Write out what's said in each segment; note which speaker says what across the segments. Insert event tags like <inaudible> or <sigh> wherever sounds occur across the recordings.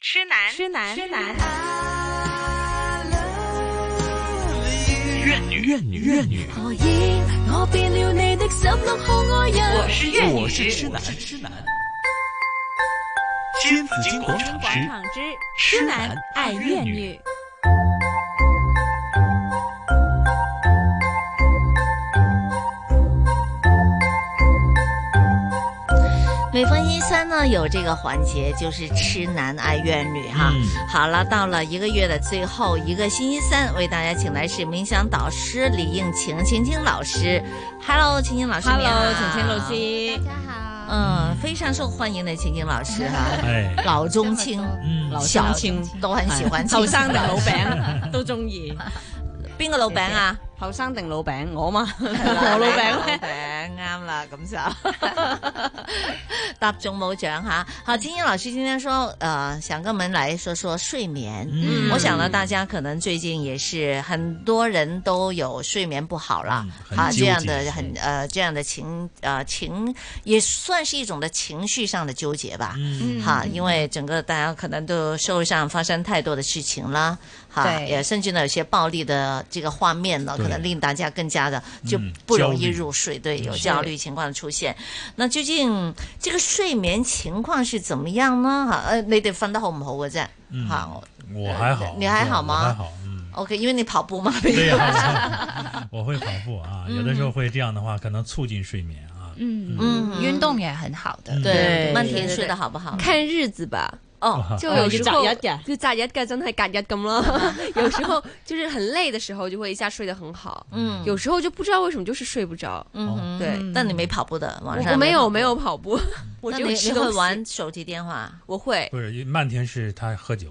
Speaker 1: 痴男，
Speaker 2: 痴男，
Speaker 1: 痴男。
Speaker 3: 怨女，怨女，怨女。
Speaker 4: 何以我變了你的十六號愛人？
Speaker 1: 我是怨女，
Speaker 3: 我是痴男，痴男。金紫金广场
Speaker 2: 广
Speaker 3: 之
Speaker 2: 场之
Speaker 3: 痴
Speaker 2: 痴
Speaker 3: 男
Speaker 2: 男
Speaker 3: 爱
Speaker 2: 爱
Speaker 3: 怨
Speaker 2: 怨
Speaker 3: 女
Speaker 2: 女。
Speaker 5: 每逢一三呢，有这个环节，就是痴男爱怨女哈。
Speaker 3: 嗯
Speaker 5: 好了，到了一个月的最后一个星期三，为大家请来是冥想导师李应晴晴晴老师。Hello，晴晴老师你好。
Speaker 2: Hello，晴晴老。师，
Speaker 4: 家好，
Speaker 5: 嗯，非常受欢迎的晴晴老师哈，
Speaker 3: 哎，
Speaker 5: 老中青
Speaker 3: 嗯，
Speaker 2: 老
Speaker 5: 小
Speaker 2: 中青
Speaker 5: 都很喜欢。
Speaker 2: 後生定老，
Speaker 5: <laughs>
Speaker 2: 餅都中意，
Speaker 5: 边个老餅啊？
Speaker 2: 後生定老餅我嘛，
Speaker 5: <laughs> 我
Speaker 2: 我老餅
Speaker 5: 老
Speaker 2: 咧。
Speaker 5: 餅啱啦，咁 <laughs> 就答中冇獎哈。好，金英老师今天说，呃，想跟我们来说说睡眠。
Speaker 3: 嗯
Speaker 5: 我想呢，大家可能最近也是很多人都有睡眠不好了
Speaker 3: 嗯，很
Speaker 5: 啊，
Speaker 3: 纠
Speaker 5: 这样
Speaker 3: 结
Speaker 5: 的很呃这样的情呃情也算是一种的情绪上的纠结吧。
Speaker 3: 嗯，
Speaker 5: 哈，因为整个大家可能都社会上发生太多的事情啦，哈，
Speaker 4: 对
Speaker 5: 也甚至呢有些暴力的这个画面呢，
Speaker 3: 对
Speaker 5: 可能令大家更加的
Speaker 3: 嗯
Speaker 5: 就不容易
Speaker 3: 焦虑
Speaker 5: 入睡，对，有
Speaker 3: 是
Speaker 5: 焦虑情况出现。那究竟这个睡眠情况是怎么样呢？哈，呃，你哋瞓得好唔好嘅啫？
Speaker 3: 嗯
Speaker 5: 吓，
Speaker 3: 我还好，
Speaker 5: 你还好吗
Speaker 3: 我还好，嗯。
Speaker 5: ，OK，因为你跑步嘛，
Speaker 3: 对呀，我会跑步啊，有的时候会这样的话，可能促进睡眠啊。 <laughs>
Speaker 5: <laughs>
Speaker 4: 嗯，
Speaker 5: 嗯，
Speaker 4: 运动也很好的，
Speaker 5: 对，
Speaker 2: 对
Speaker 5: 曼田
Speaker 6: 对
Speaker 5: 睡得好不好？
Speaker 6: 看日子吧，
Speaker 5: 哦，
Speaker 3: 啊
Speaker 6: 就
Speaker 2: 哦
Speaker 6: 有
Speaker 2: 要
Speaker 6: 时
Speaker 2: 擇
Speaker 6: 候
Speaker 2: 日嘅
Speaker 6: 就择日嘅，真係隔日咁咯。有时候就是很累的时候，就会一下睡得很好。
Speaker 5: 嗯，
Speaker 6: 有时候就不知道为什么就是睡不着。
Speaker 5: 嗯
Speaker 3: 哦
Speaker 5: 哼，
Speaker 6: 对，
Speaker 5: 但你没跑步的，晚上
Speaker 6: 我没有没
Speaker 5: 有，
Speaker 6: 有跑步， <laughs> 我
Speaker 5: 那
Speaker 6: 只
Speaker 5: 你
Speaker 6: 有
Speaker 5: 你
Speaker 6: 吃
Speaker 5: 会
Speaker 6: 东西。
Speaker 5: 玩手提电
Speaker 6: <laughs>
Speaker 5: 话？
Speaker 6: 我会，
Speaker 3: 不是，因为漫天是他喝酒，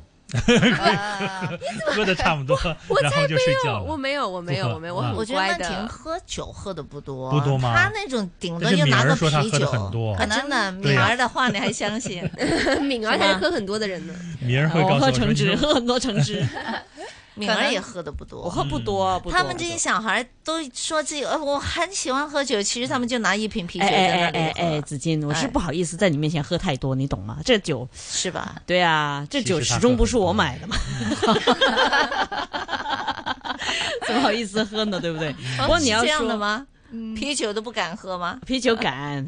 Speaker 3: 喝的差不多， <laughs> <laughs> 然后就睡觉
Speaker 6: 我
Speaker 3: 了。
Speaker 6: 没有，我没有，我没有，
Speaker 3: 不
Speaker 6: 我
Speaker 3: 喝
Speaker 6: 很
Speaker 5: 我觉得
Speaker 6: 乖
Speaker 5: 曼婷
Speaker 6: 的。
Speaker 5: 喝酒喝的不多，
Speaker 3: 不多吗
Speaker 5: 她那种顶多
Speaker 3: 但
Speaker 5: 就是拿
Speaker 3: 敏
Speaker 5: 个
Speaker 3: 儿说她
Speaker 5: 啤
Speaker 3: 喝得
Speaker 5: 酒，
Speaker 3: 很多
Speaker 5: 啊真的，
Speaker 3: 对
Speaker 5: 敏儿的话你还相信？
Speaker 6: <laughs> 敏儿才是喝很多的人呢。
Speaker 3: 明儿会告
Speaker 2: 我
Speaker 3: 诉
Speaker 2: 喝
Speaker 3: 我说
Speaker 2: 橙
Speaker 3: 你
Speaker 2: 汁，
Speaker 3: 说
Speaker 2: 喝很多橙汁，
Speaker 5: <laughs> 敏儿也喝的不多
Speaker 2: 我。喝不多，不多
Speaker 5: 他们这些小孩都说自己，呃，我很喜欢喝酒，其实他们就拿一瓶啤酒
Speaker 2: 哎哎
Speaker 5: 在
Speaker 2: 哎
Speaker 5: 那
Speaker 2: 哎
Speaker 5: 里
Speaker 2: 哎，
Speaker 5: 喝，
Speaker 2: 子健，我是
Speaker 5: 哎
Speaker 2: 不好意思在你面前喝太多，你懂吗？这酒，
Speaker 5: 是吧？
Speaker 2: 对啊，这
Speaker 3: 其实
Speaker 2: 酒
Speaker 3: 他
Speaker 2: 始终
Speaker 3: 喝
Speaker 2: 不
Speaker 3: 很
Speaker 2: 是我
Speaker 3: 多
Speaker 2: 买的嘛， <laughs> 怎么好意思喝呢？对不对？不过你要
Speaker 5: 哦是这样的
Speaker 2: 说
Speaker 5: 吗？啤酒都不敢喝吗？
Speaker 2: 啤酒感，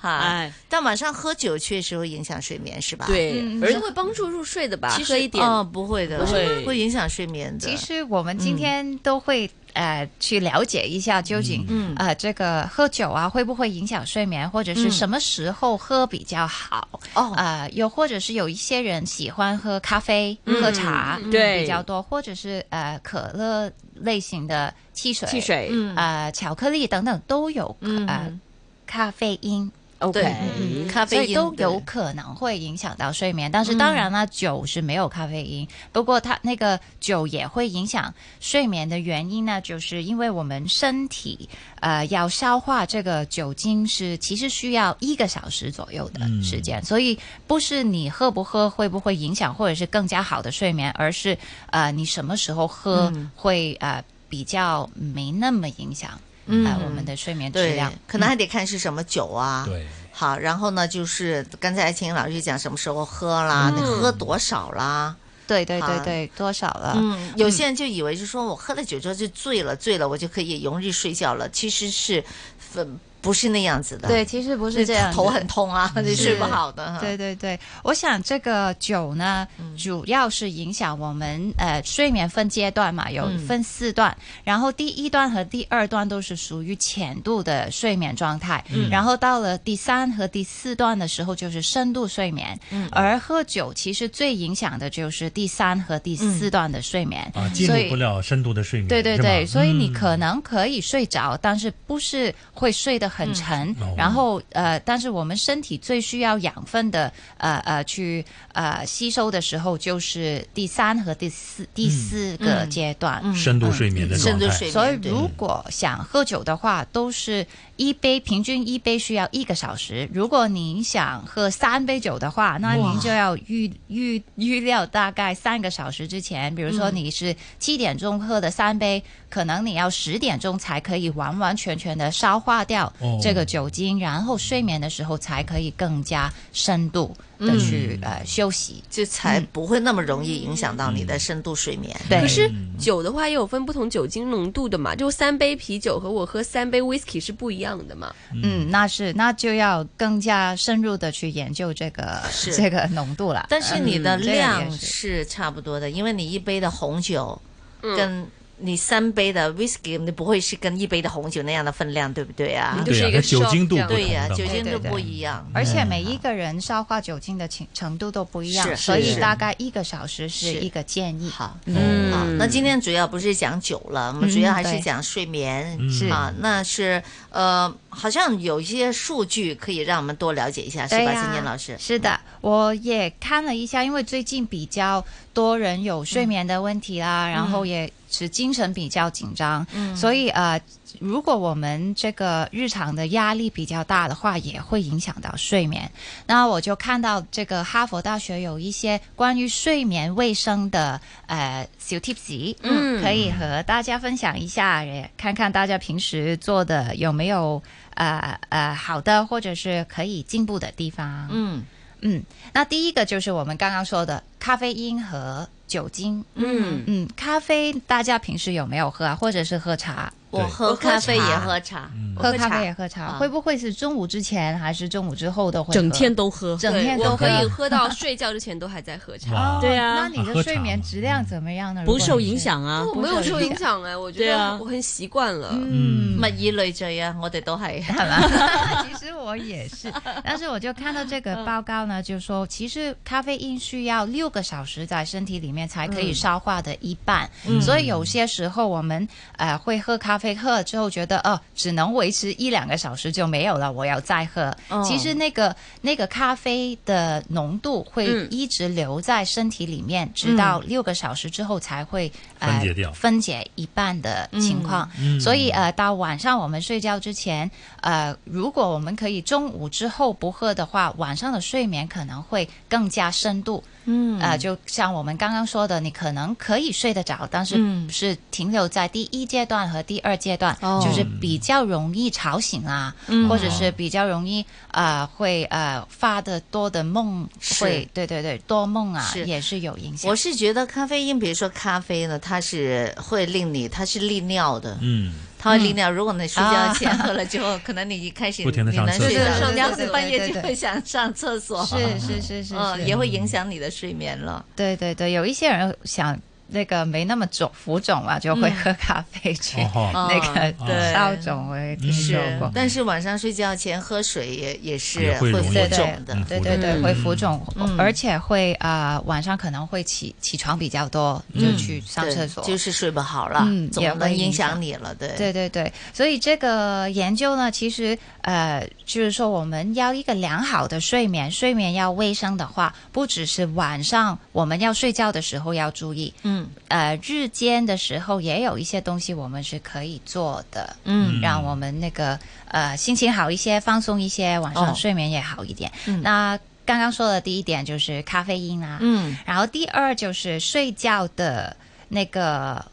Speaker 5: 哈，
Speaker 2: 哎，
Speaker 5: 但晚上喝酒确实会影响睡眠，是吧？，
Speaker 2: 对，
Speaker 4: 嗯
Speaker 2: 而
Speaker 6: 是会帮助入睡的吧？
Speaker 5: 其实
Speaker 6: 喝一点，
Speaker 5: 哦，不会的，
Speaker 2: 不会
Speaker 5: 会影响睡眠的。
Speaker 4: 其实我们
Speaker 5: 嗯
Speaker 4: 今天都会、呃去了解一下究竟、
Speaker 5: 嗯
Speaker 4: 呃这个喝酒啊会不会影响睡眠，或者
Speaker 5: 嗯
Speaker 4: 是什么时候喝比较好？
Speaker 5: 哦，
Speaker 4: 呃，又或者是有一些人喜欢喝咖啡、喝茶、
Speaker 5: 嗯
Speaker 2: 对
Speaker 4: 比较多，或者是呃可乐类型的汽水、
Speaker 2: 汽水
Speaker 5: 嗯
Speaker 4: 呃巧克力等等都有、
Speaker 5: 嗯
Speaker 4: 呃
Speaker 5: 嗯
Speaker 4: 咖啡因。
Speaker 2: ，OK，
Speaker 5: 对，嗯咖
Speaker 4: 哎所
Speaker 5: 啡
Speaker 4: 以
Speaker 5: 因
Speaker 4: 都
Speaker 5: 对
Speaker 4: 有可能会影响到睡眠。但是当然啦，酒是没有咖啡因，不过它那个酒也会影响睡眠的原因呢，就是因为我们身体呃要消化这个酒精是其实需要一个小时左右的
Speaker 3: 嗯
Speaker 4: 时间，所以不是你喝不喝会不会影响，或者是更加好的睡眠，而是呃你什么时候喝会、呃比较没那么影响。
Speaker 5: 嗯
Speaker 4: 呃，我们的睡眠质
Speaker 5: 对
Speaker 4: 量，嗯
Speaker 5: 可能还得看是什么酒啊。。
Speaker 3: 对，
Speaker 5: 好，然后呢，就是刚才秦老师讲什么时候喝
Speaker 4: 嗯
Speaker 5: 啦，你喝多少啦？
Speaker 4: 对对对
Speaker 5: 好
Speaker 4: 对，多少了？
Speaker 5: 嗯，有些人就以为是说我喝了酒之后就醉了，醉了我就可以容易睡觉了，其实是，分不是那样子的。
Speaker 4: 对，，其实不是这样的，嗯
Speaker 5: 头很痛啊， <laughs> 你睡不好的。
Speaker 4: <laughs> 对，对对，我想这个酒呢，
Speaker 5: 嗯
Speaker 4: 主要是影响我们呃睡眠分阶段嘛，有
Speaker 5: 嗯
Speaker 4: 分四段，然后第一段和第二段都是属于浅度的睡眠状态，
Speaker 5: 嗯
Speaker 4: 然后到了第三和第四段的时候就是深度睡眠，
Speaker 5: 嗯
Speaker 4: 而喝酒其实最影响的就是第三和第
Speaker 5: 嗯
Speaker 4: 四段的睡眠，
Speaker 3: 啊，进
Speaker 4: 所
Speaker 3: 入
Speaker 4: 以
Speaker 3: 不了深度的睡眠，
Speaker 4: 对对对，
Speaker 3: 是吧
Speaker 4: 所以你
Speaker 3: 嗯
Speaker 4: 可能可以睡着，但是不是会睡得很
Speaker 3: 嗯
Speaker 4: 沉。
Speaker 3: 哦
Speaker 4: 然后呃，但是我们身体最需要养分的呃呃去呃吸收的时候，就是第三和第四
Speaker 3: 嗯
Speaker 4: 第四个阶段。
Speaker 3: 深度睡眠的
Speaker 5: 深
Speaker 3: 状
Speaker 5: 度
Speaker 3: 态，
Speaker 5: 睡眠。
Speaker 4: 所以，
Speaker 5: 对
Speaker 4: 如果想喝酒的话，都是一杯平均一杯需要一个小时。如果您想喝三杯酒的话，那您就要预预预料大概三个小时之前。比如
Speaker 5: 嗯
Speaker 4: 说你是七点钟喝的三杯，可能你要十点钟才可以完完全全的消化掉
Speaker 3: 哦
Speaker 4: 这个酒精，然后睡眠的时候才可以更加深度。的去、
Speaker 5: 嗯
Speaker 4: 呃休息。
Speaker 5: 就才不会那么容易影响到你的深度睡眠。
Speaker 4: 对
Speaker 6: 可是
Speaker 3: 嗯
Speaker 6: 酒的话也有分不同酒精浓度的嘛，就三杯啤酒和我喝三杯 whisky 是不一样的嘛。
Speaker 4: 嗯，那是那就要更加深入的去研究这个
Speaker 5: 是
Speaker 4: 这个浓度了。
Speaker 5: 但是你的
Speaker 4: 嗯这个也
Speaker 5: 量
Speaker 4: 是
Speaker 5: 是差不多的，因为你一杯的红酒
Speaker 6: 嗯
Speaker 5: 跟你三杯的 whisky，你不会是跟一杯的红酒那样的分量，对不对啊
Speaker 6: 嗯？
Speaker 3: 对
Speaker 6: 就是
Speaker 3: 呀
Speaker 6: 一，
Speaker 3: 它
Speaker 6: 个
Speaker 3: 酒
Speaker 6: shot
Speaker 3: 精度
Speaker 6: 这
Speaker 3: 不
Speaker 6: 样
Speaker 3: 同
Speaker 5: 对呀、
Speaker 3: 的
Speaker 5: 酒
Speaker 3: 嘛
Speaker 5: 精
Speaker 4: 对
Speaker 5: 度
Speaker 4: 对对
Speaker 5: 不一样。
Speaker 4: 而且每一个人消化酒精的程程度都不一样，
Speaker 5: 是
Speaker 4: 所以
Speaker 5: 是
Speaker 4: 大概一个小时是
Speaker 5: 是
Speaker 4: 一个建议。
Speaker 5: 好，
Speaker 6: 嗯
Speaker 5: 啊，那今天主要不是讲酒了，我们
Speaker 4: 嗯
Speaker 5: 主要还是
Speaker 4: 对嗯
Speaker 5: 讲睡眠、
Speaker 3: 是
Speaker 5: 啊。那是呃，好像有一些数据可以让我们多了解一下，是
Speaker 4: 对
Speaker 5: 吧，
Speaker 4: 呀
Speaker 5: 金燕老师？
Speaker 4: 是的，我也看了一下，因为最近比较多人有睡眠的问题啦，然后也是精神比较紧张，
Speaker 5: 嗯
Speaker 4: 所以呃，如果我们这个日常的压力比较大的话，也会影响到睡眠。那我就看到这个哈佛大学有一些关于睡眠卫生的呃小 tips，
Speaker 6: 嗯
Speaker 4: 可以和大家分享一下，也看看大家平时做的有没有呃呃好的，或者是可以进步的地方。
Speaker 5: 嗯
Speaker 4: 嗯，那第一个就是我们刚刚说的咖啡因和酒精。
Speaker 5: 嗯，
Speaker 4: 嗯，咖啡大家平时有没有喝啊？或者是喝茶？
Speaker 5: 我
Speaker 3: 对
Speaker 5: 喝
Speaker 6: 我喝
Speaker 5: 咖啡
Speaker 6: 茶
Speaker 5: 也喝茶，
Speaker 3: 嗯
Speaker 6: 我
Speaker 4: 喝
Speaker 6: 喝
Speaker 4: 咖
Speaker 6: 茶
Speaker 4: 啡也喝茶，
Speaker 5: 啊
Speaker 4: 会不会是中午之前还是中午之后都会喝？
Speaker 2: 整天都喝，
Speaker 5: 嗯
Speaker 4: 整天
Speaker 6: 对
Speaker 4: 都
Speaker 6: 我
Speaker 4: 喝
Speaker 6: 可。以喝到睡觉之前都还在喝茶，
Speaker 3: 哇，
Speaker 2: 对啊
Speaker 4: 那你
Speaker 3: 啊
Speaker 4: 的
Speaker 3: 喝
Speaker 4: 睡
Speaker 3: 茶
Speaker 4: 眠
Speaker 3: 嘛
Speaker 4: 质量怎么样呢？如
Speaker 2: 不
Speaker 4: 果
Speaker 2: 受
Speaker 4: 你
Speaker 2: 影
Speaker 4: 是。
Speaker 2: 响啊。
Speaker 6: 哦我没有受影响哎，我觉
Speaker 2: 对
Speaker 6: 得
Speaker 2: 啊
Speaker 6: 我很习惯了。
Speaker 4: 嗯，
Speaker 5: 物以类聚啊，我哋都系。
Speaker 4: 好吧， <laughs> 其实我也是，但是我就看到这个报告呢，就是说，其实咖啡因需要六个小时在身体里面才可以消化的一半，所以有些时候我们呃会喝咖啡，喝了之后觉得哦、呃只能维持一两个小时就没有了，我要再喝。
Speaker 5: 哦
Speaker 4: 其实那个那个咖啡的浓度会
Speaker 6: 嗯
Speaker 4: 一直留在身体里面，直到六个小时之后才会、呃、
Speaker 3: 分解掉
Speaker 4: 分解一半的情况。
Speaker 3: 嗯
Speaker 4: 所以呃，到晚上我们睡觉之前，呃，如果我们可以中午之后不喝的话，晚上的睡眠可能会更加深度。
Speaker 5: 嗯
Speaker 4: 呃，就像我们刚刚说的，你可能可以睡得着，但是
Speaker 5: 嗯
Speaker 4: 是停留在第一阶段和第二阶段，
Speaker 5: 哦
Speaker 4: 就是比较容易吵醒啊，或者是比较容易呃会呃发的多的梦，
Speaker 5: 是
Speaker 4: 会对对对多梦啊，
Speaker 5: 是
Speaker 4: 也是有影响
Speaker 5: 我。是觉得咖啡因，比如说咖啡呢，它是会令你，它是利尿的，
Speaker 3: 嗯，
Speaker 5: 它会利尿。如果你睡觉前喝了之后，可能你一开始
Speaker 3: 不停地
Speaker 5: 你
Speaker 3: 上
Speaker 5: 能
Speaker 3: 厕
Speaker 5: 睡
Speaker 3: 所
Speaker 5: 着，
Speaker 4: 对对对对对对
Speaker 5: 你要是半夜就
Speaker 4: 对对
Speaker 5: 会想上厕所，
Speaker 4: 是是是是
Speaker 5: 嗯，
Speaker 4: 是，
Speaker 5: 也会影响你的睡眠了。
Speaker 4: 对对对，有一些人想那个没那么肿浮肿嘛，就会喝咖啡去、
Speaker 3: 哦，
Speaker 4: 那个
Speaker 3: 哦
Speaker 5: 对
Speaker 4: 消肿，我也听说
Speaker 5: 是
Speaker 4: 过。，
Speaker 5: 但是晚上睡觉前喝水也也是
Speaker 3: 也会容易
Speaker 5: 浮
Speaker 4: 对
Speaker 5: 肿的
Speaker 3: 嗯。
Speaker 4: 对对对，
Speaker 5: 嗯
Speaker 4: 会浮肿，
Speaker 5: 嗯
Speaker 4: 而且会啊、呃晚上可能会起起床比较多，就
Speaker 5: 嗯
Speaker 4: 去上
Speaker 5: 对
Speaker 4: 厕所。
Speaker 5: 就是睡不好了，
Speaker 4: 嗯
Speaker 5: 总
Speaker 4: 也
Speaker 5: 能
Speaker 4: 会
Speaker 5: 影
Speaker 4: 影响
Speaker 5: 响你了，对。
Speaker 4: 对对对，所以这个研究呢，其实呃，就是说我们要一个良好的睡眠，睡眠要卫生的话，不只是晚上我们要睡觉的时候要注意，
Speaker 5: 嗯
Speaker 4: 呃，日间的时候也有一些东西我们是可以做的，
Speaker 5: 嗯
Speaker 4: 让我们那个呃心情好一些，放松一些，晚
Speaker 5: 哦
Speaker 4: 上睡眠也好一点。
Speaker 5: 嗯
Speaker 4: 那刚刚说的第一点就是咖啡因啊，
Speaker 5: 嗯
Speaker 4: 然后第二就是睡觉的那个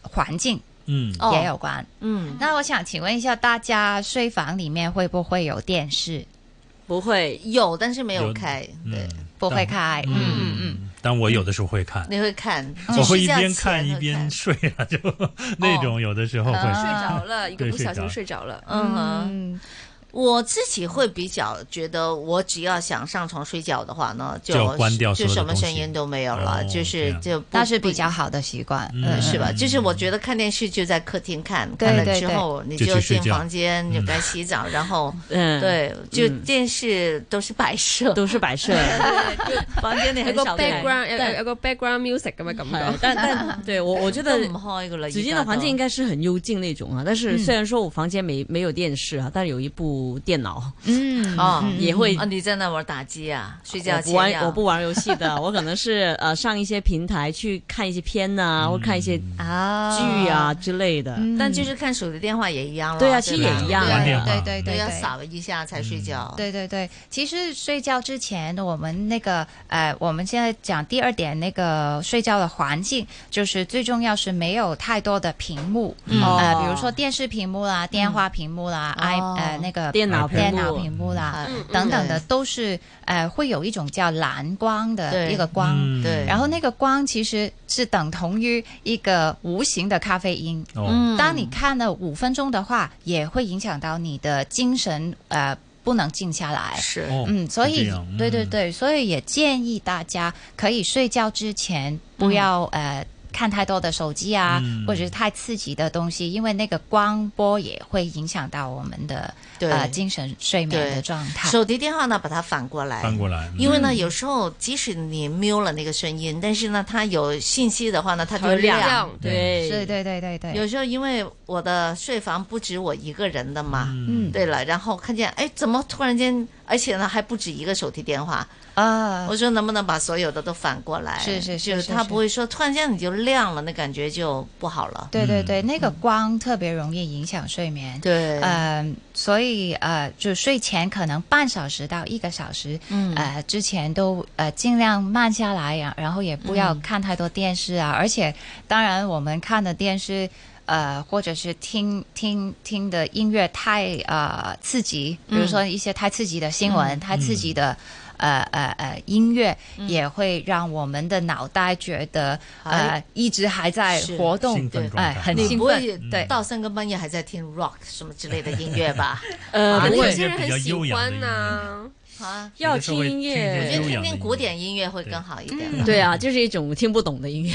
Speaker 4: 环境
Speaker 3: 嗯，
Speaker 5: 哦
Speaker 4: 也有关。
Speaker 5: 嗯，
Speaker 4: 那我想请问一下大家，睡房里面会不会有电视？
Speaker 6: 不会，
Speaker 5: 有但是没有开，
Speaker 3: 嗯
Speaker 5: 对，，
Speaker 4: 不会开，
Speaker 5: 哦
Speaker 3: 但，嗯嗯，但我有的时候会看。
Speaker 5: 你会看，
Speaker 3: 嗯我会一
Speaker 5: 睡觉
Speaker 3: 边
Speaker 5: 前
Speaker 3: 看一边睡啊，就那种有的时候
Speaker 6: 睡
Speaker 3: 会，
Speaker 6: 着了，一个
Speaker 3: 对
Speaker 6: 不小心
Speaker 3: 睡
Speaker 6: 睡着了。
Speaker 5: 嗯哼。
Speaker 4: 嗯，
Speaker 5: 我自己会比较觉得，我只要想上床睡觉的话呢，就
Speaker 3: 就要关掉所有
Speaker 5: 就
Speaker 3: 的
Speaker 5: 什么
Speaker 3: 东西
Speaker 5: 声音都没有
Speaker 3: 哦
Speaker 5: 了，就
Speaker 3: 这
Speaker 5: 是
Speaker 3: 样
Speaker 5: 就不
Speaker 4: 那是比较好的习惯，
Speaker 3: 嗯
Speaker 5: 不
Speaker 4: 嗯，
Speaker 5: 是吧？
Speaker 3: 嗯
Speaker 5: 就是我觉得看电视就在客厅看，
Speaker 4: 对
Speaker 5: 看了
Speaker 4: 对
Speaker 5: 之
Speaker 4: 对
Speaker 5: 后你
Speaker 3: 就去睡
Speaker 5: 进
Speaker 3: 觉
Speaker 5: 房间，你就该
Speaker 2: <laughs>
Speaker 5: 洗澡，然后
Speaker 2: 嗯，，
Speaker 5: 对，就
Speaker 2: 嗯
Speaker 5: 电视都是摆设，
Speaker 2: 都是摆设。
Speaker 5: <laughs> 房間你
Speaker 6: 有
Speaker 5: 很
Speaker 6: 個
Speaker 5: 少睇，
Speaker 6: background，有
Speaker 2: 但
Speaker 6: 有有個 background music 咁嘅感
Speaker 2: 哎
Speaker 6: 覺。
Speaker 2: 但但对我我觉
Speaker 5: 都
Speaker 2: 得
Speaker 5: 唔開噶啦。
Speaker 2: 紫金
Speaker 5: 而家
Speaker 2: 的环境应
Speaker 5: 都
Speaker 2: 该是很幽静那种啊，但是
Speaker 4: 嗯
Speaker 2: 虽然说我房间没没有电视啊，但是有一部电脑，
Speaker 4: 嗯
Speaker 5: 哦
Speaker 4: 嗯
Speaker 2: 也会
Speaker 5: 啊，你在那玩打机啊？睡觉
Speaker 2: 我不
Speaker 5: 前
Speaker 2: 玩
Speaker 5: 呀
Speaker 2: 我不玩游戏的，我可能是呃上一些平台去看一些片呐、或看一些
Speaker 4: 啊
Speaker 2: 剧啊，之类的。
Speaker 4: 嗯
Speaker 5: 嗯但就是看手机电话也一样了。
Speaker 2: 对啊嗯其实
Speaker 5: 吧
Speaker 2: 也一样
Speaker 3: 玩电话
Speaker 4: 对对
Speaker 5: 都
Speaker 4: 对
Speaker 5: 要
Speaker 4: 对。
Speaker 5: 扫一下才睡觉。
Speaker 4: 对对对，其实睡觉之前，我们那个呃，我们现在讲第二点，那个睡觉的环境，就是最重要是没有太多的屏幕，
Speaker 5: 嗯
Speaker 4: 哦呃，比如说电视屏幕啦、电话屏幕啦、i
Speaker 5: 哦
Speaker 4: 呃那个的
Speaker 2: 电脑屏幕
Speaker 4: 电脑屏幕啦，
Speaker 5: 嗯
Speaker 4: 等等的，
Speaker 5: 对
Speaker 4: 都是呃会有一种叫蓝光的
Speaker 5: 对
Speaker 4: 一个光。
Speaker 3: 嗯
Speaker 5: 对
Speaker 4: 然后那个光其实是等同于一个无形的咖啡因，
Speaker 3: 哦，
Speaker 4: 当你看了五分钟的话，也会影响到你的精神，呃，不能静下来。
Speaker 5: 是
Speaker 3: 哦
Speaker 4: 嗯，所
Speaker 3: 是这
Speaker 4: 以
Speaker 3: 样嗯
Speaker 4: 对对对，所以也建议大家可以睡觉之前不要、呃看太多的手机啊，
Speaker 3: 嗯
Speaker 4: 或者是太刺激的东西，因为那个光波也会影响到我们的
Speaker 5: 对
Speaker 4: 呃精神睡眠
Speaker 5: 对
Speaker 4: 的状态。
Speaker 5: 手提电话呢，把它反过来，
Speaker 3: 翻过来，
Speaker 5: 因为呢，
Speaker 4: 嗯
Speaker 5: 有时候即使你 mute 了那个声音，但是呢，它有信息的话呢，它就亮。
Speaker 6: 亮，
Speaker 3: 对
Speaker 4: 对对对对对，
Speaker 5: 有时候因为我的睡房不止我一个人的嘛，
Speaker 4: 嗯
Speaker 5: 啊对了，然后看见哎，怎么突然间，而且呢还不止一个手提电话，
Speaker 4: 啊
Speaker 5: 我，说能不能把所有的都反过来？
Speaker 4: 是是是
Speaker 5: 就是它
Speaker 4: 是
Speaker 5: 不会说突然间你就亮了，那感觉就不好了。
Speaker 4: 对对
Speaker 3: 嗯
Speaker 4: 对，那个光特别容易影响睡眠。
Speaker 5: 对
Speaker 4: 呃，所以呃，就睡前可能半小时到一个小时，
Speaker 5: 嗯
Speaker 4: 呃，之前都呃尽量慢下来呀，然后也不要看太多电视
Speaker 5: 嗯
Speaker 4: 啊。而且，当然我们看的电视，呃，或者是听听听的音乐太呃刺激，
Speaker 5: 嗯
Speaker 4: 比如说一些太刺激的新闻，太刺激的。呃呃呃，音乐也会让我们的脑袋觉得、
Speaker 5: 嗯
Speaker 4: 呃
Speaker 5: 哎
Speaker 4: 一直还在
Speaker 5: 是
Speaker 4: 活动
Speaker 3: 兴，奋状
Speaker 4: 哎，
Speaker 3: 态，
Speaker 4: 很
Speaker 3: 啊
Speaker 4: 兴
Speaker 5: 不
Speaker 4: 奋，
Speaker 5: 会
Speaker 4: 对
Speaker 5: 到三更半夜还在听 rock 什么之类的音乐
Speaker 4: <laughs>
Speaker 5: 吧？
Speaker 6: 呃，可能
Speaker 3: 我
Speaker 6: 有
Speaker 3: 也
Speaker 6: 些人
Speaker 3: 比较
Speaker 6: 很喜
Speaker 3: 悠扬的
Speaker 6: 欢
Speaker 3: 音
Speaker 6: 呐、
Speaker 5: 啊，
Speaker 2: 要
Speaker 3: 有时候
Speaker 2: 听
Speaker 3: 会
Speaker 2: 音
Speaker 3: 听一
Speaker 5: 我
Speaker 3: 些
Speaker 5: 觉
Speaker 2: 乐，
Speaker 5: 得
Speaker 3: 悠
Speaker 5: 听
Speaker 3: 扬的
Speaker 5: 听
Speaker 3: 音
Speaker 5: 古
Speaker 3: 乐
Speaker 5: 典音乐会更好一点吧。
Speaker 2: 对啊，就是一种听不懂的音乐，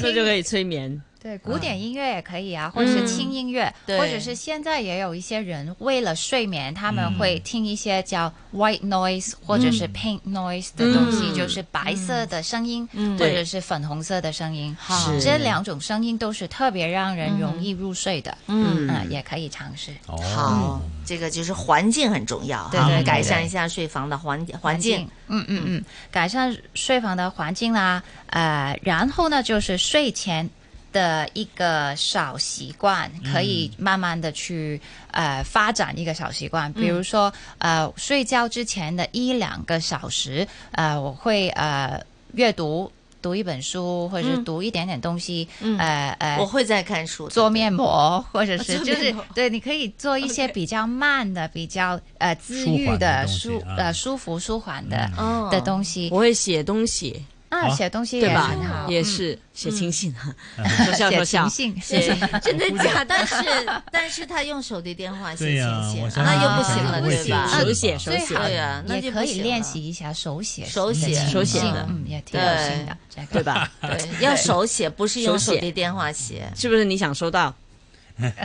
Speaker 2: 这就可以催眠。
Speaker 4: 对，古典音乐也可以啊，或者是轻音乐，
Speaker 5: 嗯对
Speaker 4: 或者是现在也有一些人为了睡眠，他们
Speaker 3: 嗯
Speaker 4: 会听一些叫 white
Speaker 5: 嗯
Speaker 4: noise 或者是 pink noise 的东西，
Speaker 6: 嗯
Speaker 4: 就是白色的声音、
Speaker 5: 嗯
Speaker 4: 或者是粉红色的声音。
Speaker 5: 是
Speaker 4: 这两种声音都是特别让人容易入睡的。
Speaker 5: 嗯
Speaker 4: 呃也可以尝试。
Speaker 3: 哦
Speaker 5: 好，，这个就是环境很重要
Speaker 4: 对
Speaker 5: 哈，
Speaker 4: 对
Speaker 5: 我们
Speaker 4: 对
Speaker 5: 改
Speaker 4: 对
Speaker 5: 善一下睡房的环环境。，
Speaker 4: 嗯嗯嗯，改善睡房的环境啦，呃，然后呢就是睡前的一个小习惯，可以慢慢的去呃发展一个小习惯，比如说呃睡觉之前的一两个小时，呃，我会呃阅读。读一本书，或者是读一点点东西，呃呃，
Speaker 5: 我会在看书的，
Speaker 4: 做面膜，或者是
Speaker 5: 做
Speaker 4: 就
Speaker 5: 面
Speaker 4: 是
Speaker 5: 膜
Speaker 4: 对，你可以做一些比较慢的、比较呃自
Speaker 3: 舒
Speaker 4: 愈
Speaker 3: 缓的
Speaker 4: 的、
Speaker 3: 东西
Speaker 4: 舒
Speaker 3: 啊
Speaker 4: 呃舒服舒缓的
Speaker 5: 嗯
Speaker 4: 的东西
Speaker 2: 我会写东西，
Speaker 4: 啊，
Speaker 3: 啊
Speaker 4: 写东西也
Speaker 2: 对吧
Speaker 4: 很好，？
Speaker 2: 也
Speaker 4: 嗯
Speaker 2: 是写情信啊， <laughs> 说笑说
Speaker 4: 写
Speaker 2: 笑
Speaker 4: 情，信，
Speaker 2: 写
Speaker 6: 真的假的？
Speaker 5: <laughs> 但是但是他用手机电话写
Speaker 3: 对
Speaker 5: 信
Speaker 3: 呀
Speaker 5: 息啊
Speaker 3: 我，相
Speaker 5: 那
Speaker 4: 信
Speaker 5: 又
Speaker 4: 他
Speaker 5: 不
Speaker 4: 肯
Speaker 5: 行
Speaker 4: 定
Speaker 5: 了，
Speaker 4: 会
Speaker 5: 对
Speaker 3: 写
Speaker 5: 吧
Speaker 3: 的？
Speaker 2: 手写手
Speaker 4: 最
Speaker 2: 写
Speaker 4: 好
Speaker 5: 对啊那
Speaker 4: 嗯也
Speaker 5: 就不
Speaker 4: 可以
Speaker 5: 行
Speaker 4: 练
Speaker 5: 了
Speaker 4: 习一下手写
Speaker 5: 手
Speaker 4: 写
Speaker 5: 写
Speaker 2: 手写的
Speaker 4: 的情信，嗯，也挺有心的，这
Speaker 2: 对
Speaker 4: 个
Speaker 2: 吧？
Speaker 5: 对，要手写，不是用手
Speaker 2: 手
Speaker 5: 机
Speaker 2: 写
Speaker 5: 电话写。
Speaker 2: 是不是你想收到？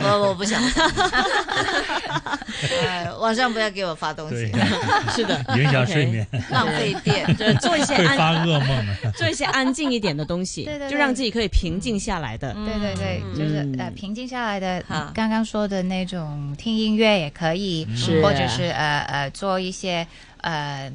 Speaker 5: 我我不想，哎，晚上不要给我发东
Speaker 3: 对
Speaker 5: 西，
Speaker 3: 呀，
Speaker 2: <laughs> 是的，
Speaker 3: <laughs> 影响
Speaker 2: <laughs>
Speaker 3: 睡眠，
Speaker 5: 浪费电。
Speaker 2: 就做一些
Speaker 3: <laughs> 会
Speaker 2: 安
Speaker 3: 发噩梦啊。
Speaker 2: 做一些安静一点的东西，
Speaker 4: 对对对嗯
Speaker 2: 就让自己可以平静下来的。
Speaker 4: 对对对，
Speaker 2: 嗯
Speaker 4: 就是呃，平静下来的
Speaker 5: 好，
Speaker 4: 刚刚说的那种听音乐也可以，
Speaker 2: 是
Speaker 4: 或者是呃呃做一些呃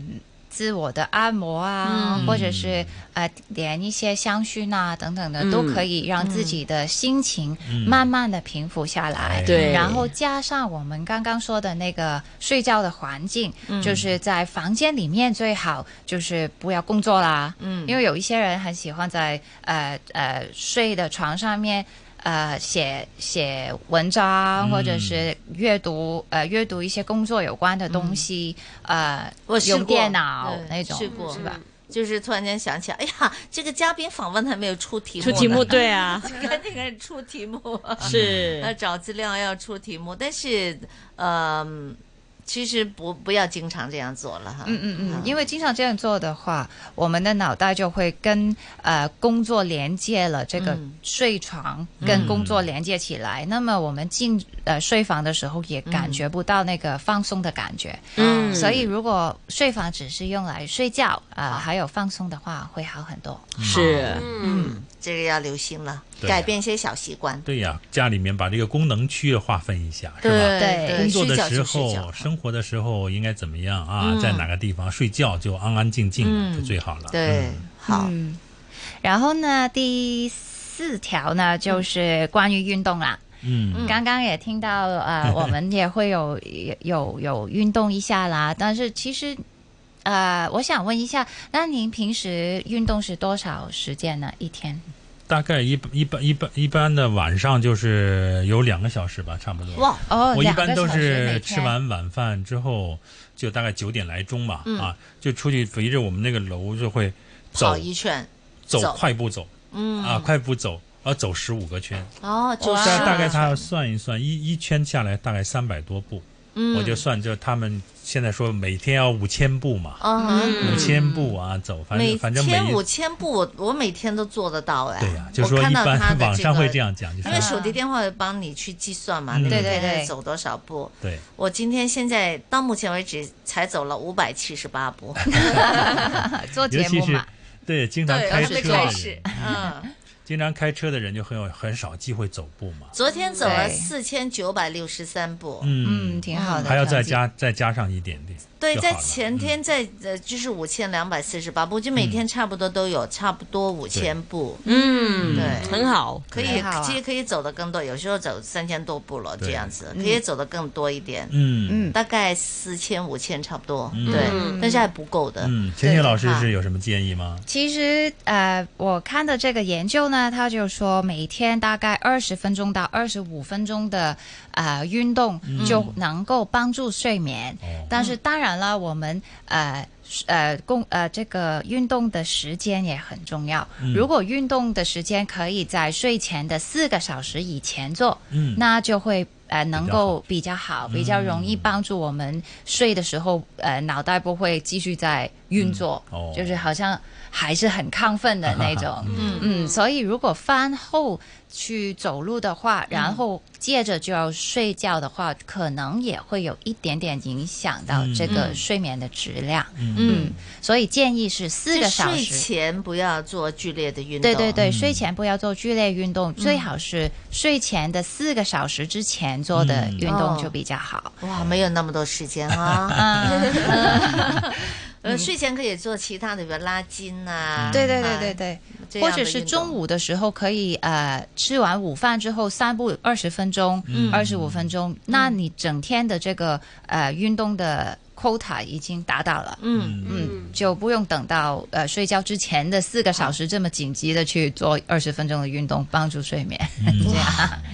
Speaker 4: 自我的按摩啊，
Speaker 5: 嗯
Speaker 4: 或者是呃点一些香薰啊等等的，
Speaker 2: 嗯
Speaker 4: 都可以让自己的心情
Speaker 3: 嗯
Speaker 4: 慢慢的平复下来。
Speaker 3: 哎
Speaker 2: 对
Speaker 4: 然后加上我们刚刚说的那个睡觉的环境，
Speaker 5: 嗯
Speaker 4: 就是在房间里面最好就是不要工作啦，
Speaker 5: 嗯
Speaker 4: 因为有一些人很喜欢在呃呃睡的床上面。呃，写写文章，
Speaker 3: 嗯
Speaker 4: 或者是阅读，呃，阅读一些工作有关的东西，呃，
Speaker 5: 嗯我试
Speaker 4: 用
Speaker 5: 过
Speaker 4: 电脑
Speaker 5: 对
Speaker 4: 那种，
Speaker 5: 试过
Speaker 4: 是吧？
Speaker 5: 就是突然间想起来，哎呀，这个嘉宾访问还没有出题目
Speaker 2: 出
Speaker 5: 呢，
Speaker 2: 题目，对啊，
Speaker 5: 赶紧开始出题目。
Speaker 2: 嗯
Speaker 5: 要
Speaker 2: 是
Speaker 5: <laughs> 找资料要出题目，但是，嗯，其实不不要经常这样做了哈。
Speaker 4: 嗯嗯嗯，因为经常这样做的话，我们的脑袋就会跟呃工作连接了，这个
Speaker 5: 嗯
Speaker 4: 睡床跟工作连接起来。那么我们进呃睡房的时候也感觉不到那个放松的感觉。
Speaker 2: 嗯
Speaker 4: 所以如果睡房只是用来睡觉啊、呃还有放松的话，会好很多。
Speaker 2: 是，
Speaker 6: 嗯，
Speaker 5: 这个要留心了，
Speaker 3: 对呀
Speaker 5: 改变一些小习惯。
Speaker 3: 对呀，家里面把这个功能区域划分一下，是吧？
Speaker 5: 对
Speaker 4: 对
Speaker 3: 工作的
Speaker 5: 呃睡觉
Speaker 3: 时
Speaker 5: 就睡觉
Speaker 3: 候、生活的时候应该怎么样啊？在哪个地方睡觉就安安静静
Speaker 5: 嗯
Speaker 3: 的，就最好了。
Speaker 5: 对，好，
Speaker 4: 嗯，然后呢，第四条呢就是关于运动啦。
Speaker 3: 嗯，嗯，
Speaker 4: 刚刚也听到， <laughs> 呃，我们也会有有有运动一下啦。但是其实，呃，我想问一下，那您平时运动是多少时间呢？一天？
Speaker 3: 大概一一般一般一般的晚上就是有两个小时吧，差不多。
Speaker 5: 哇，
Speaker 4: 哦，
Speaker 3: 我一
Speaker 4: 两个
Speaker 3: 般都
Speaker 4: 小时每
Speaker 3: 是
Speaker 4: 天
Speaker 3: 吃完晚饭之后，就大概九点来钟吧，
Speaker 5: 嗯
Speaker 3: 啊，就出去围着我们那个楼就会走
Speaker 5: 跑一圈，走
Speaker 3: 走快步走
Speaker 5: 嗯，
Speaker 3: 啊，快步走。啊，走十五个圈，
Speaker 5: 哦，就
Speaker 4: 哇
Speaker 5: 是
Speaker 3: 大大概他要算一算，一一圈下来大概三百多步，
Speaker 5: 嗯，
Speaker 3: 我就算就他们现在说每天要五千步嘛，
Speaker 5: 嗯，
Speaker 3: 五千步啊走，反
Speaker 5: 每
Speaker 3: 正反正每
Speaker 5: 天
Speaker 3: 一
Speaker 5: 五千步，我我每天都做得到哎。
Speaker 3: 对呀、就
Speaker 5: 我
Speaker 3: 说
Speaker 5: 看
Speaker 3: 一
Speaker 5: 到他
Speaker 3: 般
Speaker 5: 的
Speaker 3: 网上会
Speaker 5: 个
Speaker 3: 这样讲，就
Speaker 5: 因为
Speaker 3: 是
Speaker 5: 手提电话会帮你去计算嘛，
Speaker 3: 嗯
Speaker 5: 你
Speaker 3: 对
Speaker 5: 每
Speaker 4: 对
Speaker 5: 天
Speaker 4: 对
Speaker 5: 走多少步？
Speaker 3: 对，
Speaker 5: 我今天现在到目前为止才走了五百七十八步，
Speaker 4: 做
Speaker 3: 尤
Speaker 4: 节
Speaker 3: 其
Speaker 4: 目
Speaker 3: 是
Speaker 4: 嘛，
Speaker 3: 对经常
Speaker 5: 对
Speaker 3: 开
Speaker 5: 他们
Speaker 3: 车
Speaker 5: 开
Speaker 3: 的
Speaker 5: 始
Speaker 3: 人，
Speaker 5: 嗯，
Speaker 3: 经常开车的人就很有很少机会走步嘛，
Speaker 5: <laughs> 昨天走了
Speaker 4: 对
Speaker 5: 四千九百六十三步，
Speaker 3: 嗯
Speaker 4: 嗯，，挺好的，
Speaker 3: 还要再
Speaker 4: 成绩
Speaker 3: 加再加上一点点，
Speaker 5: 对，
Speaker 3: 就
Speaker 5: 在
Speaker 3: 好了
Speaker 5: 前天在呃就是五千两百四十八
Speaker 4: 嗯
Speaker 5: 步，就每天差不多都有差不多五千步，
Speaker 2: 嗯，
Speaker 5: 对
Speaker 2: 很好。
Speaker 5: 可以
Speaker 4: 很好啊
Speaker 5: 其实可以走得更多，有时候走三千多步了这
Speaker 3: 对
Speaker 5: 样子，可以走得更多一点，
Speaker 3: 嗯
Speaker 5: 大概四千五千差不多，
Speaker 3: 嗯
Speaker 5: 对
Speaker 6: 嗯，
Speaker 5: 但是还不够的，
Speaker 3: 嗯，钱钱老师
Speaker 5: 对
Speaker 3: 是有什么建议吗？
Speaker 4: 其实，呃，我看的这个研究呢，他就说每天大概二十分钟到二十五分钟的呃运动就能够帮助睡眠。
Speaker 3: 哦，
Speaker 4: 但是当然了，我们呃呃工呃这个运动的时间也很重要。
Speaker 3: 嗯
Speaker 4: 如果运动的时间可以在睡前的四个小时以前做，
Speaker 3: 嗯，
Speaker 4: 那就会呃能
Speaker 3: 较
Speaker 4: 够比较好，比较容易
Speaker 3: 嗯
Speaker 4: 帮助我们睡的时候，呃脑袋不会继续在运作，
Speaker 3: 嗯哦
Speaker 4: 就是好像还是很亢奋的那种。
Speaker 5: 嗯
Speaker 4: 嗯，所以如果饭后去走路的话，然后接着就要睡觉的话，可能也会有一点点影响到这个
Speaker 5: 嗯
Speaker 4: 睡眠的质量。
Speaker 3: 嗯
Speaker 4: 所以建议是四
Speaker 5: 就
Speaker 4: 个小
Speaker 5: 睡
Speaker 4: 时。
Speaker 5: 前不要做剧烈的运动。
Speaker 4: 对对对，
Speaker 3: 嗯
Speaker 4: 睡前不要做剧烈运动，最好是睡前的四个小时之前做的运动就比较好。
Speaker 5: 哇，没有那么多时间
Speaker 3: <laughs>
Speaker 5: 啊。
Speaker 4: 嗯，
Speaker 5: 呃，睡前可以做其他的，比如拉筋啊，
Speaker 4: 哦对对对对对，
Speaker 5: 对
Speaker 4: 嗯或者是中午的时候可以呃吃完午饭之后散步二十分钟、二十五分钟，那你整天的这个呃运动的 quota 已经达到了。
Speaker 5: 嗯，
Speaker 4: 嗯，就不用等到呃睡觉之前的四个小时这么紧急的去做二十分钟的运动，帮助睡眠。
Speaker 3: 嗯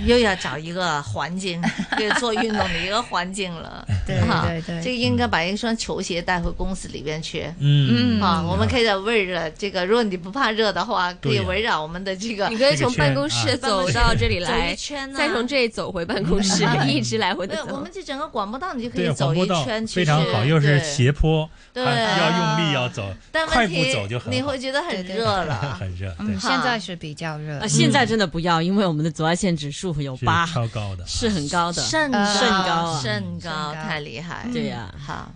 Speaker 5: 又要找一个环
Speaker 3: <laughs>
Speaker 5: 境，又做运动的一个环境了。
Speaker 4: 对 <laughs>
Speaker 5: 哈
Speaker 4: 对对
Speaker 5: 这个应该把一双球鞋带回公司里边去。
Speaker 3: 嗯
Speaker 4: 嗯
Speaker 5: 啊，我们可以围着这个，如果你不怕热的话，可
Speaker 3: 对
Speaker 5: 以
Speaker 3: 呀
Speaker 5: 围绕我们的
Speaker 3: <laughs>
Speaker 5: 这个
Speaker 6: 你可以
Speaker 3: 这个
Speaker 6: 从
Speaker 3: 圈
Speaker 6: 办公室
Speaker 3: 啊
Speaker 6: 走到这里
Speaker 5: 走
Speaker 6: 来
Speaker 5: 一，圈呢，
Speaker 6: 再从这里走回办公室，一直来回
Speaker 5: 没
Speaker 6: 的
Speaker 5: 有，呃我
Speaker 6: 走
Speaker 5: 们。这整个广播道你就可
Speaker 3: 对
Speaker 5: 以
Speaker 3: 啊，
Speaker 5: 走
Speaker 3: 广
Speaker 5: 一
Speaker 3: 播道
Speaker 5: 圈，
Speaker 3: 非常好，又是
Speaker 5: 对
Speaker 3: 斜坡，还
Speaker 5: 对啊
Speaker 3: 要用力要走，
Speaker 5: 但
Speaker 3: 快
Speaker 5: 问
Speaker 3: 步
Speaker 5: 题
Speaker 3: 走就很
Speaker 5: 你
Speaker 3: 好
Speaker 5: 会，觉得很
Speaker 4: 对对
Speaker 5: 热
Speaker 3: <laughs>
Speaker 5: 了，
Speaker 3: 很热，对
Speaker 4: 嗯，，现在是比较热
Speaker 2: 啊，，现在真的不要，因为我们的紫外线指数有
Speaker 3: 是
Speaker 2: 八，
Speaker 3: 超高的，
Speaker 2: 是很高的。
Speaker 5: 肾
Speaker 4: 呃
Speaker 2: 肾高啊
Speaker 5: 肾
Speaker 4: 肾
Speaker 5: 嗯高
Speaker 4: 高嗯
Speaker 5: 太厉害，
Speaker 2: 对呀
Speaker 5: 好，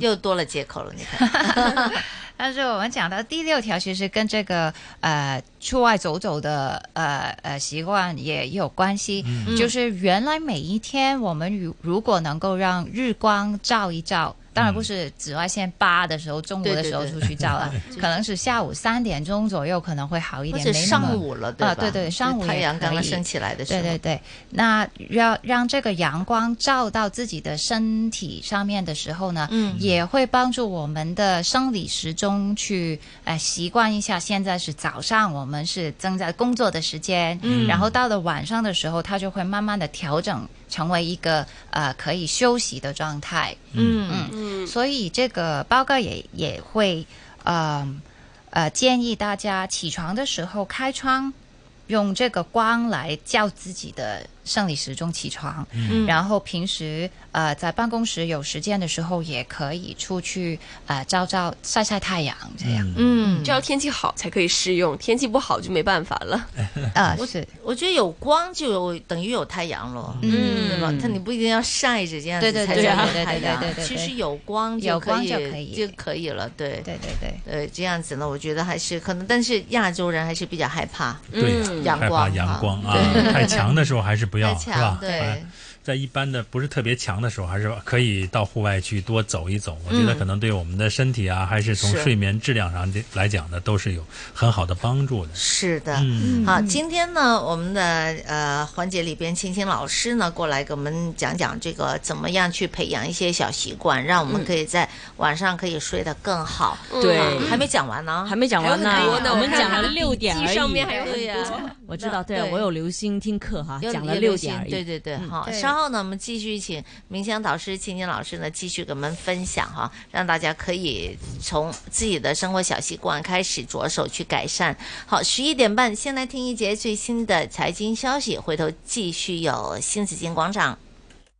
Speaker 5: 又多了借口了，你看，
Speaker 4: 但是我们讲到第六条，其实跟这个呃出外走走的呃呃习惯也有关系。
Speaker 3: 嗯
Speaker 4: 就是原来每一天我们如如果能够让日光照一照，当然不是紫外线八的时候，中午
Speaker 5: 对
Speaker 4: 的
Speaker 5: 对
Speaker 4: 时候
Speaker 5: 对
Speaker 4: 出去照
Speaker 5: <laughs>
Speaker 4: 了，可能是下午三点钟左右可能会好一
Speaker 5: 或者
Speaker 4: 点，没那么
Speaker 5: 上午了，对吧？
Speaker 4: 啊对对上午
Speaker 5: 就太
Speaker 4: 也
Speaker 5: 阳刚
Speaker 4: 可
Speaker 5: 刚
Speaker 4: 以
Speaker 5: 升起来的时候，
Speaker 4: 对对对，那要让这个阳光照到自己的身体上面的时候呢，
Speaker 5: 嗯
Speaker 4: 也会帮助我们的生理时钟去呃习惯一下，现在是早上，我们是增加工作的时间，嗯，然后到了晚上的时候，它就会慢慢的调整成为一个呃可以休息的状态，
Speaker 5: 嗯，
Speaker 6: 嗯，
Speaker 4: 所以这个报告也也会，嗯呃建议大家起床的时候开窗，用这个光来叫自己的生理时钟起床。
Speaker 5: 嗯
Speaker 4: 然后平时呃在办公室有时间的时候，也可以出去呃照照晒晒太阳这样。
Speaker 3: 嗯
Speaker 5: 嗯
Speaker 6: 这，要天气好才可以适用，天气不好就没办法了。
Speaker 4: 啊、是
Speaker 5: 我觉得有光就有等于有太阳了。
Speaker 2: 嗯
Speaker 5: 对吧？它你不一定要晒着这样子
Speaker 4: 对对
Speaker 5: 才
Speaker 4: 对
Speaker 5: 叫
Speaker 4: 对
Speaker 5: 有
Speaker 4: 对
Speaker 5: 太
Speaker 4: 对
Speaker 5: 阳
Speaker 4: 对对对
Speaker 5: 其
Speaker 4: 对
Speaker 5: 实有光
Speaker 4: 有光
Speaker 5: 以
Speaker 4: 就可以
Speaker 5: 就可以了，对。
Speaker 4: 对对对。
Speaker 5: 呃，这样子呢，我觉得还是可能，但是亚洲人还是比较害怕
Speaker 3: 对呀，嗯害
Speaker 5: 阳
Speaker 3: 怕
Speaker 5: 光
Speaker 3: 阳
Speaker 5: 啊
Speaker 3: 光啊，太强的时候还是不不要，是吧
Speaker 5: 太强？
Speaker 3: 哎
Speaker 5: 对，
Speaker 3: 在一般的不是特别强的时候，还是可以到户外去多走一走。我觉得可能对我们的身体啊，还是从
Speaker 5: 嗯是
Speaker 3: 睡眠质量上来讲呢，都是有很好的帮助的。
Speaker 5: 是的。
Speaker 3: 嗯，
Speaker 5: 好，今天呢，我们的呃环节里边，青青老师呢过来给我们讲讲这个怎么样去培养一些小习惯，让我们
Speaker 6: 嗯
Speaker 5: 可以在晚上可以睡得更好。
Speaker 2: 对
Speaker 5: 啊还没讲完呢，
Speaker 2: 还没讲完呢
Speaker 5: 还有很多，呢
Speaker 2: 我们
Speaker 5: 我看
Speaker 2: 讲
Speaker 5: 他
Speaker 2: 了
Speaker 5: 的
Speaker 2: 六点
Speaker 6: 笔
Speaker 2: 而
Speaker 6: 记
Speaker 2: 已。
Speaker 6: 上面还有很
Speaker 5: 对呀
Speaker 6: 多。
Speaker 2: 我知道，
Speaker 5: 对
Speaker 2: 对啊我有留心听课哈，
Speaker 5: 有
Speaker 2: 啊讲了
Speaker 5: 有
Speaker 2: 六
Speaker 5: 心
Speaker 2: 点而已。
Speaker 5: 对对对，
Speaker 2: 嗯
Speaker 5: 好、
Speaker 4: 对
Speaker 5: 稍后呢，我们继续请明香导师、青青老师呢，继续给我们分享哈，让大家可以从自己的生活小习惯开始着手去改善。好，十一点半先来听一节最新的财经消息，回头继续有新紫金广场。